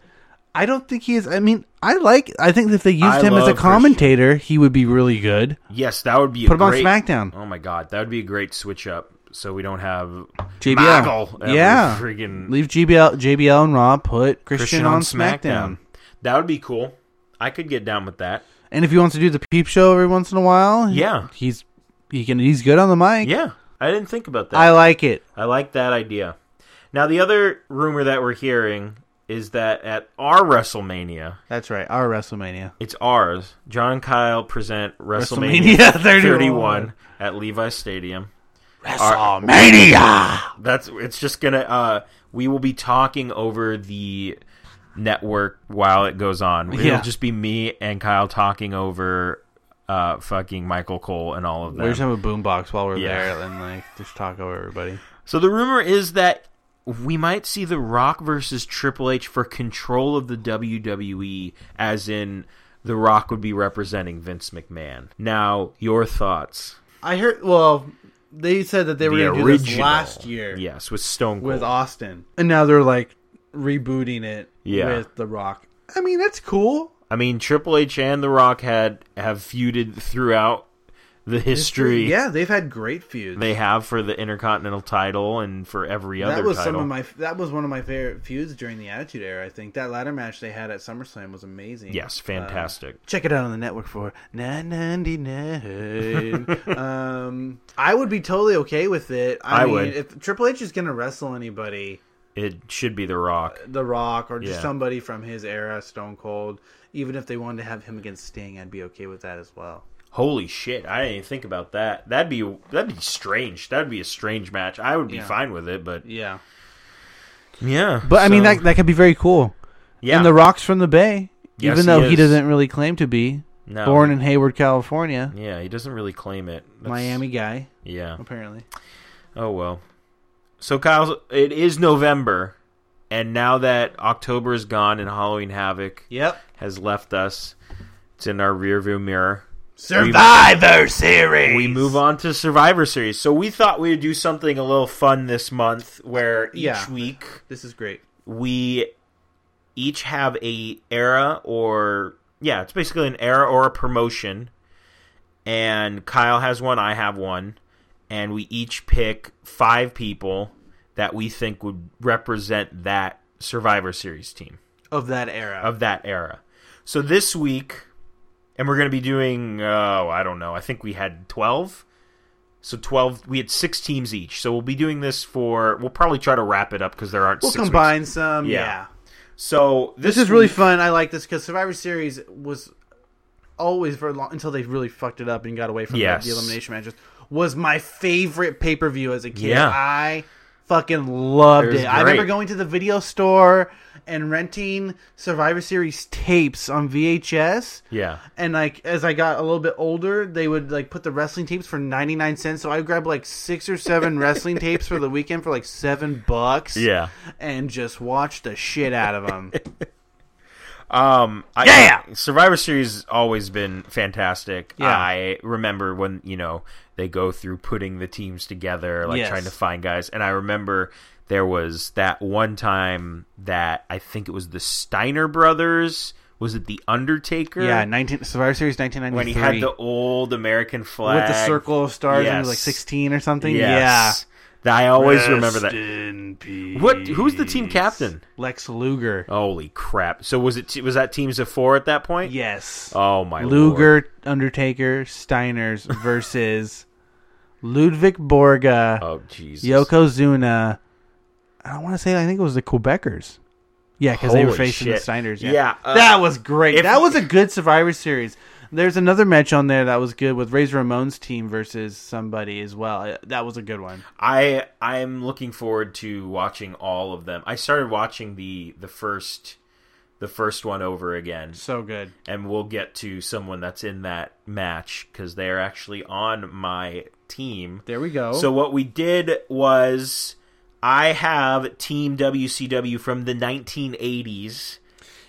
Speaker 3: I don't think he is. I mean, I like. I think if they used
Speaker 1: I
Speaker 3: him as a
Speaker 1: love
Speaker 3: commentator, he would be really good.
Speaker 1: yes, that would be a
Speaker 3: Put him on
Speaker 1: great-
Speaker 3: SmackDown.
Speaker 1: Oh my god, that would be a great switch up. So we don't have
Speaker 3: JBL.
Speaker 1: Michael every
Speaker 3: Yeah.
Speaker 1: friggin'
Speaker 3: Leave JBL, JBL and Raw. Put Christian,
Speaker 1: Christian
Speaker 3: on SmackDown.
Speaker 1: That would be cool. I could get down with that.
Speaker 3: And if he wants to do the peep show every once in a while,
Speaker 1: Yeah.
Speaker 3: he's he can he's good on the mic.
Speaker 1: Yeah, I didn't think about that.
Speaker 3: I like it.
Speaker 1: I like that idea. Now the other rumor that we're hearing is that at our WrestleMania,
Speaker 3: That's right. Our WrestleMania.
Speaker 1: it's ours. John and Kyle present WrestleMania,
Speaker 3: WrestleMania 31.
Speaker 1: 31 at Levi's Stadium.
Speaker 4: Mania!
Speaker 1: That's it's just gonna uh we will be talking over the network while it goes on. It'll
Speaker 3: Yeah.
Speaker 1: just be me and Kyle talking over uh fucking Michael Cole and all of
Speaker 3: We just
Speaker 1: that.
Speaker 3: have a boombox while we're
Speaker 1: Yeah.
Speaker 3: there and like just talk over everybody.
Speaker 1: So the rumor is that we might see The Rock versus Triple H for control of the WWE as in The Rock would be representing Vince McMahon. Now, your thoughts.
Speaker 3: I heard. Well, they said that they were
Speaker 1: the
Speaker 3: going to
Speaker 1: original
Speaker 3: do this last year
Speaker 1: Yes, with Stone Cold.
Speaker 3: with Austin, and now they're like rebooting it
Speaker 1: Yeah.
Speaker 3: with The Rock. I mean, that's cool.
Speaker 1: I mean, Triple H and The Rock had have feuded throughout the history
Speaker 3: Yeah, they've had great feuds.
Speaker 1: they have for the Intercontinental title and for every other
Speaker 3: that was
Speaker 1: title.
Speaker 3: some of my that was one of my favorite feuds during the Attitude Era. I think that ladder match they had at SummerSlam was amazing.
Speaker 1: yes, fantastic.
Speaker 3: Check it out on the network for nine ninety nine. um, I would be totally okay with it. I,
Speaker 1: I
Speaker 3: mean,
Speaker 1: would.
Speaker 3: if Triple H is going to wrestle anybody,
Speaker 1: it should be The Rock.
Speaker 3: The Rock or just
Speaker 1: Yeah.
Speaker 3: somebody from his era, Stone Cold, even if they wanted to have him against Sting, I'd be okay with that as well.
Speaker 1: Holy shit! I didn't even think about that. That'd be that'd be strange. That'd be a strange match. I would be
Speaker 3: Yeah.
Speaker 1: fine with it, but
Speaker 3: Yeah,
Speaker 1: yeah.
Speaker 3: but I mean
Speaker 1: so-
Speaker 3: that that could be very cool.
Speaker 1: yeah,
Speaker 3: And The Rock's from the Bay,
Speaker 1: Yes,
Speaker 3: even though he,
Speaker 1: is.
Speaker 3: doesn't really claim to be.
Speaker 1: No.
Speaker 3: Born in Hayward, California,
Speaker 1: Yeah, he doesn't really claim it. That's-
Speaker 3: Miami guy
Speaker 1: Yeah.
Speaker 3: apparently.
Speaker 1: Oh well. So Kyle, it is November, and now that October is gone and Halloween Havoc
Speaker 3: Yep.
Speaker 1: has left us, it's in our rearview mirror.
Speaker 3: Survivor Series.
Speaker 1: We move on to Survivor Series. So we thought we'd do something a little fun this month, where each
Speaker 3: Yeah.
Speaker 1: week
Speaker 3: This is great.
Speaker 1: we each have a era or yeah, it's basically an era or a promotion. And Kyle has one, I have one, and we each pick five people that we think would represent that Survivor Series team
Speaker 3: Of that era.
Speaker 1: of that era. So this week, and we're going to be doing, oh, I don't know, I think we had 12. So 12, we had six teams each. So we'll be doing this for, we'll probably try to wrap it up because there aren't
Speaker 3: we'll
Speaker 1: six weeks.
Speaker 3: combine some. Yeah.
Speaker 1: Yeah. So
Speaker 3: This is really fun. I like this because Survivor Series was always very long until they really fucked it up and got away from
Speaker 1: Yes.
Speaker 3: the, the elimination matches. Was my favorite pay per view as a kid.
Speaker 1: Yeah.
Speaker 3: I fucking loved
Speaker 1: It
Speaker 3: it.
Speaker 1: was
Speaker 3: I remember
Speaker 1: great.
Speaker 3: going to the video store and renting Survivor Series tapes on VHS.
Speaker 1: Yeah.
Speaker 3: and like as I got a little bit older, they would like put the wrestling tapes for ninety nine cents. So I grabbed like six or seven wrestling tapes for the weekend for like seven bucks.
Speaker 1: Yeah.
Speaker 3: and just watched the shit out of them.
Speaker 1: Um I,
Speaker 4: Yeah!
Speaker 1: Survivor Series has always been fantastic.
Speaker 3: Yeah.
Speaker 1: I remember when, you know, they go through putting the teams together, like
Speaker 3: Yes.
Speaker 1: trying to find guys. And I remember there was that one time that I think it was the Steiner brothers. Was it the Undertaker?
Speaker 3: yeah, nineteen Survivor Series nineteen ninety
Speaker 1: when
Speaker 3: three
Speaker 1: he had the old American flag
Speaker 3: with the circle of stars and he was like
Speaker 1: Yes.
Speaker 3: sixteen or
Speaker 1: Yes.
Speaker 3: something.
Speaker 1: Yeah. I always remember that.
Speaker 3: In peace.
Speaker 1: What? Who's the team captain?
Speaker 3: Lex Luger.
Speaker 1: Holy crap! So was it? Was that teams of four at that point?
Speaker 3: Yes.
Speaker 1: Oh my lord.
Speaker 3: Luger, Undertaker, Steiners versus Ludwig Borga.
Speaker 1: Oh Jesus.
Speaker 3: Yokozuna. I don't want to say. I think it was the Quebecers. Yeah, because they were
Speaker 1: Holy
Speaker 3: facing
Speaker 1: shit.
Speaker 3: the Steiners. Yeah,
Speaker 1: Yeah, uh,
Speaker 3: that was great.
Speaker 1: if-
Speaker 3: that was a good Survivor Series. There's another match on there that was good with Razor Ramon's team versus somebody as well. Uh, That was a good one.
Speaker 1: I I'm looking forward to watching all of them. I started watching the the first the first one over again,
Speaker 3: So good.
Speaker 1: and we'll get to someone that's in that match because they're actually on my team.
Speaker 3: There we go.
Speaker 1: So what we did was I have Team WCW from the 1980s.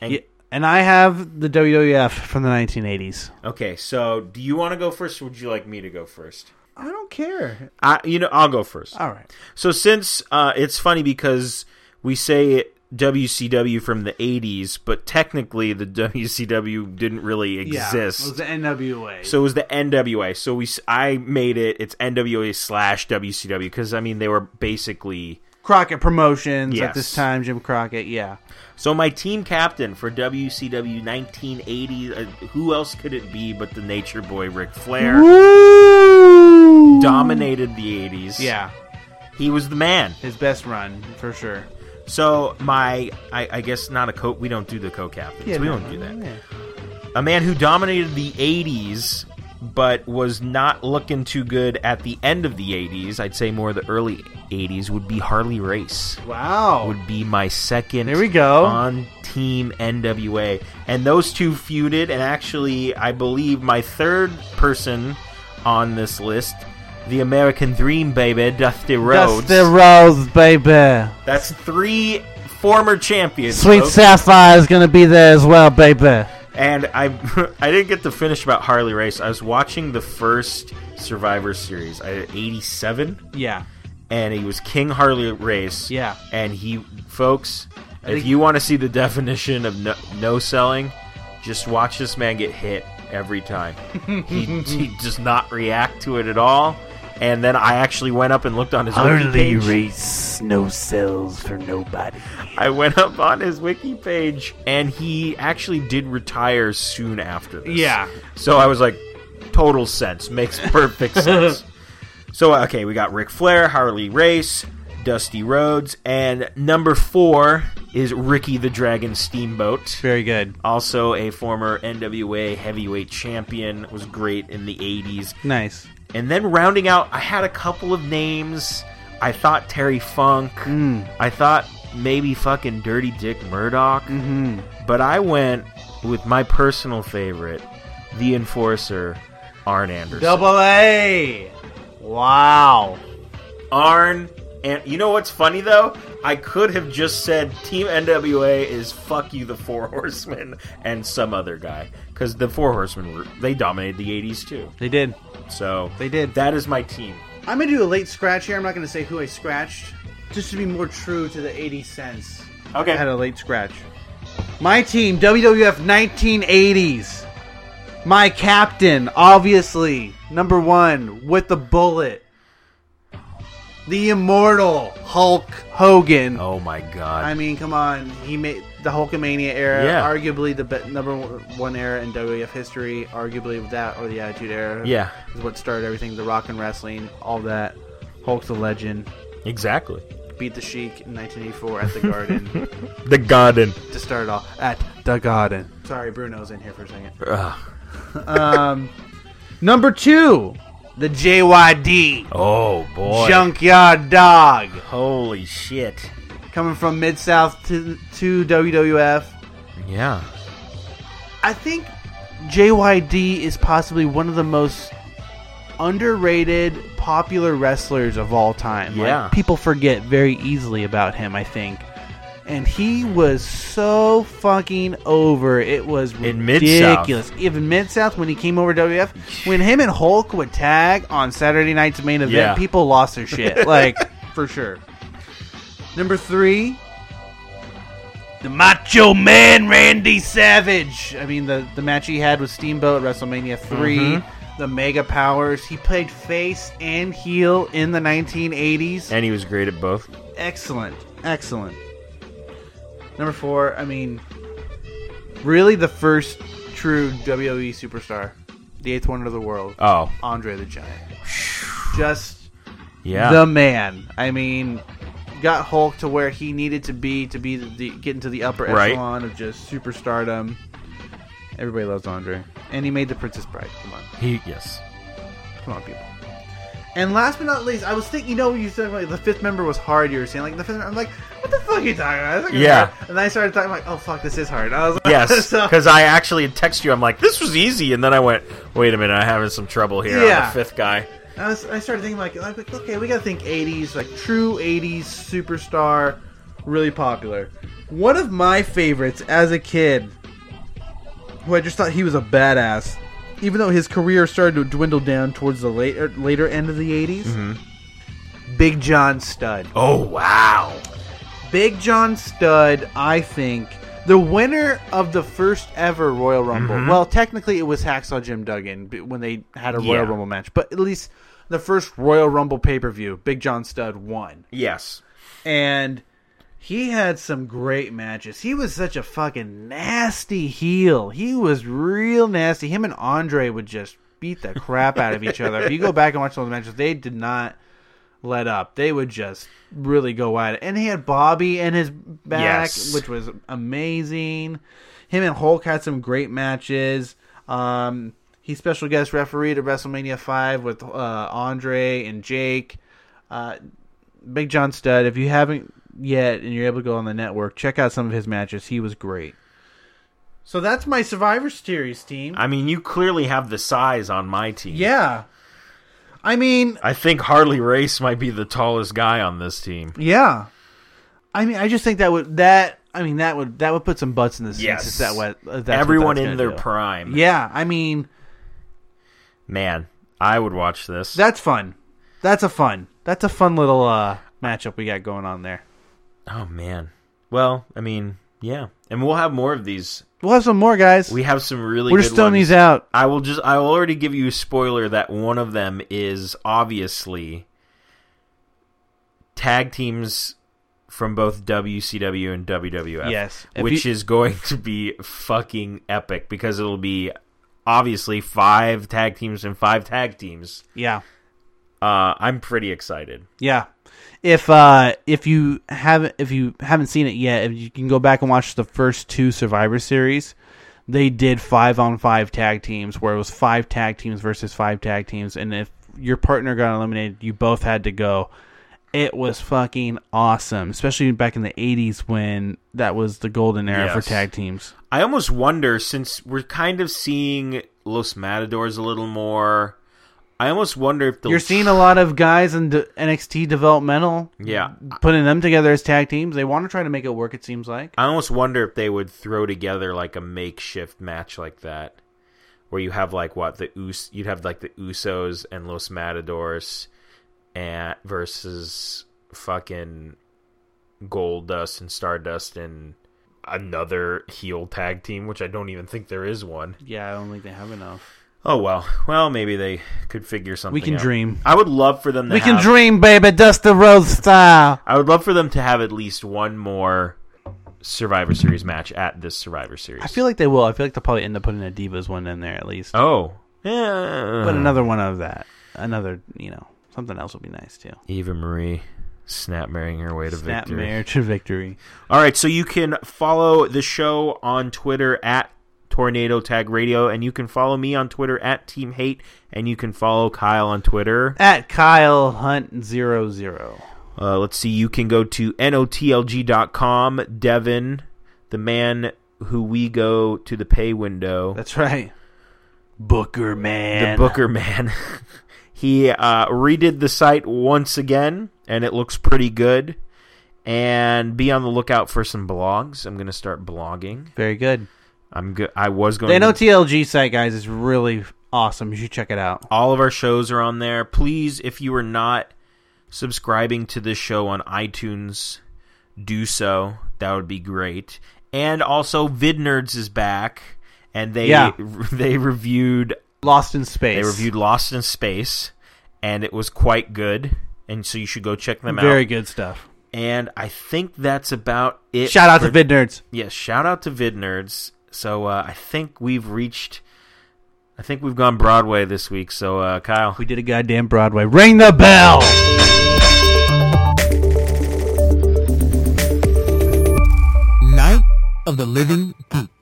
Speaker 1: And
Speaker 3: Yeah, and I have the WWF from the 1980s.
Speaker 1: okay, so do you want to go first? Or would you like me to go first?
Speaker 3: I don't care.
Speaker 1: I you know I'll go first.
Speaker 3: All right.
Speaker 1: So since uh, it's funny because we say WCW from the '80s, but technically the WCW didn't really
Speaker 3: Yeah. It was
Speaker 1: exist.
Speaker 3: the NWA.
Speaker 1: so it was the NWA. So we s- I made it. It's NWA slash WCW because I mean they were basically.
Speaker 3: Crockett Promotions at
Speaker 1: Yes.
Speaker 3: this time. Jim Crockett. Yeah.
Speaker 1: So my team captain for WCW 1980, uh, who else could it be but the Nature Boy Ric Flair? Dominated the 80s.
Speaker 3: Yeah.
Speaker 1: he was the man.
Speaker 3: His best run for sure.
Speaker 1: So my, I, I guess not a co. We don't do the co-captains. we
Speaker 3: no,
Speaker 1: don't do that.
Speaker 3: yeah.
Speaker 1: A man who dominated the '80s, but was not looking too good at the end of the '80s. I'd say more the early '80s would be Harley Race.
Speaker 3: Wow.
Speaker 1: Would be my second.
Speaker 3: There we go.
Speaker 1: on Team NWA, and those two feuded. And actually, I believe my third person on this list, the American Dream baby, Dusty Rhodes.
Speaker 3: Dusty Rose, baby.
Speaker 1: That's three former champions.
Speaker 3: Sweet
Speaker 1: folks.
Speaker 3: Sapphire is gonna be there as well, baby.
Speaker 1: And I, I didn't get to finish about Harley Race. I was watching the first Survivor Series, I '87,
Speaker 3: Yeah.
Speaker 1: and he was King Harley Race.
Speaker 3: Yeah.
Speaker 1: And he, folks, if
Speaker 3: think-
Speaker 1: you want to see the definition of no, no selling, just watch this man get hit every time. he, he does not react to it at all. And then I actually went up and looked on his wiki
Speaker 6: Harley
Speaker 1: page.
Speaker 6: race no sells for nobody.
Speaker 1: I went up on his wiki page, and he actually did retire soon after this.
Speaker 3: Yeah.
Speaker 1: So I was like, total sense. Makes perfect sense. so, uh, okay, we got Ric Flair, Harley Race, Dusty Rhodes, and number four is Ricky the Dragon Steamboat.
Speaker 3: Very good.
Speaker 1: Also a former NWA heavyweight champion, was great in the 80s.
Speaker 3: Nice.
Speaker 1: And then rounding out, I had a couple of names. I thought Terry Funk.
Speaker 3: Mm.
Speaker 1: I thought maybe fucking Dirty Dick Murdoch.
Speaker 3: Mm-hmm.
Speaker 1: But I went with my personal favorite, the enforcer, Arn Anderson.
Speaker 3: Double A. Wow.
Speaker 1: Arn. And you know what's funny though? I could have just said Team NWA is fuck you, the Four Horsemen, and some other guy, because the Four Horsemen were they dominated the '80s too.
Speaker 3: They did.
Speaker 1: So
Speaker 3: They did.
Speaker 1: That is my team.
Speaker 3: I'm gonna do a late scratch here. I'm not gonna say who I scratched, just to be more true to the 80 cents. I had
Speaker 1: Okay.
Speaker 3: a late scratch. My team, WWF 1980s. My captain, obviously, number one with the bullet. The immortal Hulk Hogan.
Speaker 1: Oh my god.
Speaker 3: I mean, come on. He made the Hulkamania era,
Speaker 1: Yeah.
Speaker 3: arguably the be- number one era in WWF history, arguably with that or the Attitude Era.
Speaker 1: Yeah.
Speaker 3: Is what started everything the rock and wrestling, all that. Hulk's a legend.
Speaker 1: Exactly.
Speaker 3: Beat the Sheik in 1984 at the Garden.
Speaker 1: The Garden.
Speaker 3: to start it off at the garden. Sorry, Bruno's in here for a second.
Speaker 1: Ugh.
Speaker 3: Um, number two, the JYD
Speaker 1: Oh boy.
Speaker 3: Junkyard Dog,
Speaker 1: Holy shit.
Speaker 3: coming from Mid South to to WWF.
Speaker 1: Yeah.
Speaker 3: I think JYD is possibly one of the most underrated popular wrestlers of all time. Like,
Speaker 1: Yeah.
Speaker 3: people forget very easily about him, I think. And he was so fucking over. It was
Speaker 1: In Mid-South.
Speaker 3: ridiculous. Even Mid South, when he came over to WF, when him and Hulk would tag on Saturday night's main event,
Speaker 1: Yeah.
Speaker 3: people lost their shit. like, for sure. Number three, the Macho Man Randy Savage. I mean, the, the match he had with Steamboat at WrestleMania 3, the Mega Powers. He played face and heel in the 1980s.
Speaker 1: And he was great at both.
Speaker 3: Excellent. Excellent. Number four, I mean, really the first true WWE superstar, the eighth wonder of the world,
Speaker 1: Oh.
Speaker 3: Andre the Giant. Just
Speaker 1: Yeah.
Speaker 3: the man. I mean, got Hulk to where he needed to be to be the, the get into the upper
Speaker 1: Right.
Speaker 3: echelon of just superstardom. Everybody loves Andre, and he made the Princess Bride. Come on,
Speaker 1: he yes.
Speaker 3: come on, people. And last but not least, I was thinking, you know, you said like the fifth member was hard. You were saying like the fifth. Member, I'm like, what the fuck are you talking about? It's not gonna be
Speaker 1: Yeah.
Speaker 3: hard. And then I started talking like, oh fuck, this is hard. I was like,
Speaker 1: Yes,
Speaker 3: so-
Speaker 1: because I actually had text you. I'm like, this was easy, and then I went, wait a minute, I'm having some trouble here.
Speaker 3: Yeah.
Speaker 1: I'm the fifth guy.
Speaker 3: I, was, I started thinking like, like, okay, we gotta think '80s, like true '80s superstar, really popular. One of my favorites as a kid, who I just thought he was a badass, even though his career started to dwindle down towards the later later end of the '80s. Big John Studd.
Speaker 1: Oh wow!
Speaker 3: Big John Studd, I think, the winner of the first ever Royal Rumble. Well, technically, it was Hacksaw Jim Duggan b- when they had a Royal
Speaker 1: Yeah.
Speaker 3: Rumble match, but at least the first Royal Rumble pay per view, Big John Studd won.
Speaker 1: Yes,
Speaker 3: And he had some great matches. He was such a fucking nasty heel. He was real nasty. Him and Andre would just beat the crap out of each other. If you go back and watch those matches, they did not let up. They would just really go at it. And he had Bobby in his back,
Speaker 1: Yes.
Speaker 3: which was amazing. Him and Hulk had some great matches. Um, he special guest refereed at WrestleMania 5 with uh, Andre and Jake. Uh, Big John Studd, if you haven't yet and you're able to go on the network, check out some of his matches. He was great. So that's my Survivor Series team.
Speaker 1: I mean, you clearly have the size on my team.
Speaker 3: yeah. I mean,
Speaker 1: I think Harley Race might be the tallest guy on this team.
Speaker 3: Yeah, I mean, I just think that would that I mean that would that would put some butts in the seats.
Speaker 1: Yes.
Speaker 3: if that what uh, that's what
Speaker 1: Everyone
Speaker 3: that's
Speaker 1: in
Speaker 3: gonna
Speaker 1: their
Speaker 3: do.
Speaker 1: prime.
Speaker 3: Yeah, I mean
Speaker 1: Man, I would watch this.
Speaker 3: that's fun. That's a fun. That's a fun little uh matchup we got going on there.
Speaker 1: oh man. Well, I mean, Yeah, and we'll have more of these.
Speaker 3: We'll have some more, guys.
Speaker 1: We have some really.
Speaker 3: We're
Speaker 1: good
Speaker 3: still
Speaker 1: ones.
Speaker 3: these out.
Speaker 1: I will just. I will already give you a spoiler that one of them is obviously tag teams from both WCW and WWF.
Speaker 3: Yes. If
Speaker 1: which
Speaker 3: you-
Speaker 1: is going to be fucking epic because it'll be obviously five tag teams and five tag teams.
Speaker 3: Yeah.
Speaker 1: Uh, I'm pretty excited.
Speaker 3: Yeah. If uh if you haven't if you haven't seen it yet, if you can go back and watch the first two Survivor series, they did five on five tag teams where it was five tag teams versus five tag teams and if your partner got eliminated, you both had to go. It was fucking awesome, especially back in the 80s when that was the golden era for
Speaker 1: Yes.
Speaker 3: tag teams.
Speaker 1: I almost wonder since we're kind of seeing Los Matadors a little more. I almost wonder if the
Speaker 3: You're seeing a lot of guys in the NXT developmental
Speaker 1: yeah.
Speaker 3: putting them together as tag teams. They want to try to make it work it seems like.
Speaker 1: I almost wonder if they would throw together like a makeshift match like that, where you have like what the Us you'd have like the Usos and Los Matadors, and versus fucking Gold Dust and Stardust and another heel tag team, which I don't even think there is one.
Speaker 3: Yeah, I don't think they have enough.
Speaker 1: Oh well, well maybe they could figure something.
Speaker 3: We can
Speaker 1: out.
Speaker 3: dream.
Speaker 1: I would love for them. To
Speaker 3: We can
Speaker 1: have-
Speaker 3: dream, baby, Dusty Rhodes style.
Speaker 1: I would love for them to have at least one more Survivor Series match at this Survivor Series.
Speaker 3: I feel like they will. I feel like they'll probably end up putting a Divas one in there at least.
Speaker 1: Oh. Yeah.
Speaker 3: But another one of that. Another, you know, something else would be nice too.
Speaker 1: Eva Marie snap marrying her way to
Speaker 3: Snap
Speaker 1: victory.
Speaker 3: marriage to victory.
Speaker 1: All right, so you can follow the show on Twitter at Tornado Tag Radio, and you can follow me on Twitter at Team Hate, and you can follow Kyle on Twitter.
Speaker 3: At Kyle Hunt zero zero.
Speaker 1: Uh, let's see, you can go to notlg.com. Devin, the man who we go to the pay window,
Speaker 3: That's right.
Speaker 6: Booker
Speaker 1: the
Speaker 6: man.
Speaker 1: Booker man. he uh, redid the site once again, and it looks pretty good. And be on the lookout for some blogs. I'm going to start blogging.
Speaker 3: Very good.
Speaker 1: I'm good. I was
Speaker 3: The
Speaker 1: going. to-
Speaker 3: NOTLG site, guys, is really awesome. You should check it out.
Speaker 1: all of our shows are on there. Please, if you are not subscribing to this show on iTunes, do so. That would be great. And also, VidNerds is back, and they
Speaker 3: Yeah.
Speaker 1: they reviewed
Speaker 3: Lost in Space.
Speaker 1: They reviewed Lost in Space, and it was quite good. And so you should go check them
Speaker 3: Very
Speaker 1: out.
Speaker 3: good stuff.
Speaker 1: And I think that's about it.
Speaker 3: Shout out to
Speaker 1: for-
Speaker 3: Vid Nerds.
Speaker 1: Yes, shout out to VidNerds. So uh, I think we've reached. I think we've gone Broadway this week. So uh, Kyle,
Speaker 3: We did a goddamn Broadway. Ring the bell.
Speaker 7: Night of the Living Poop.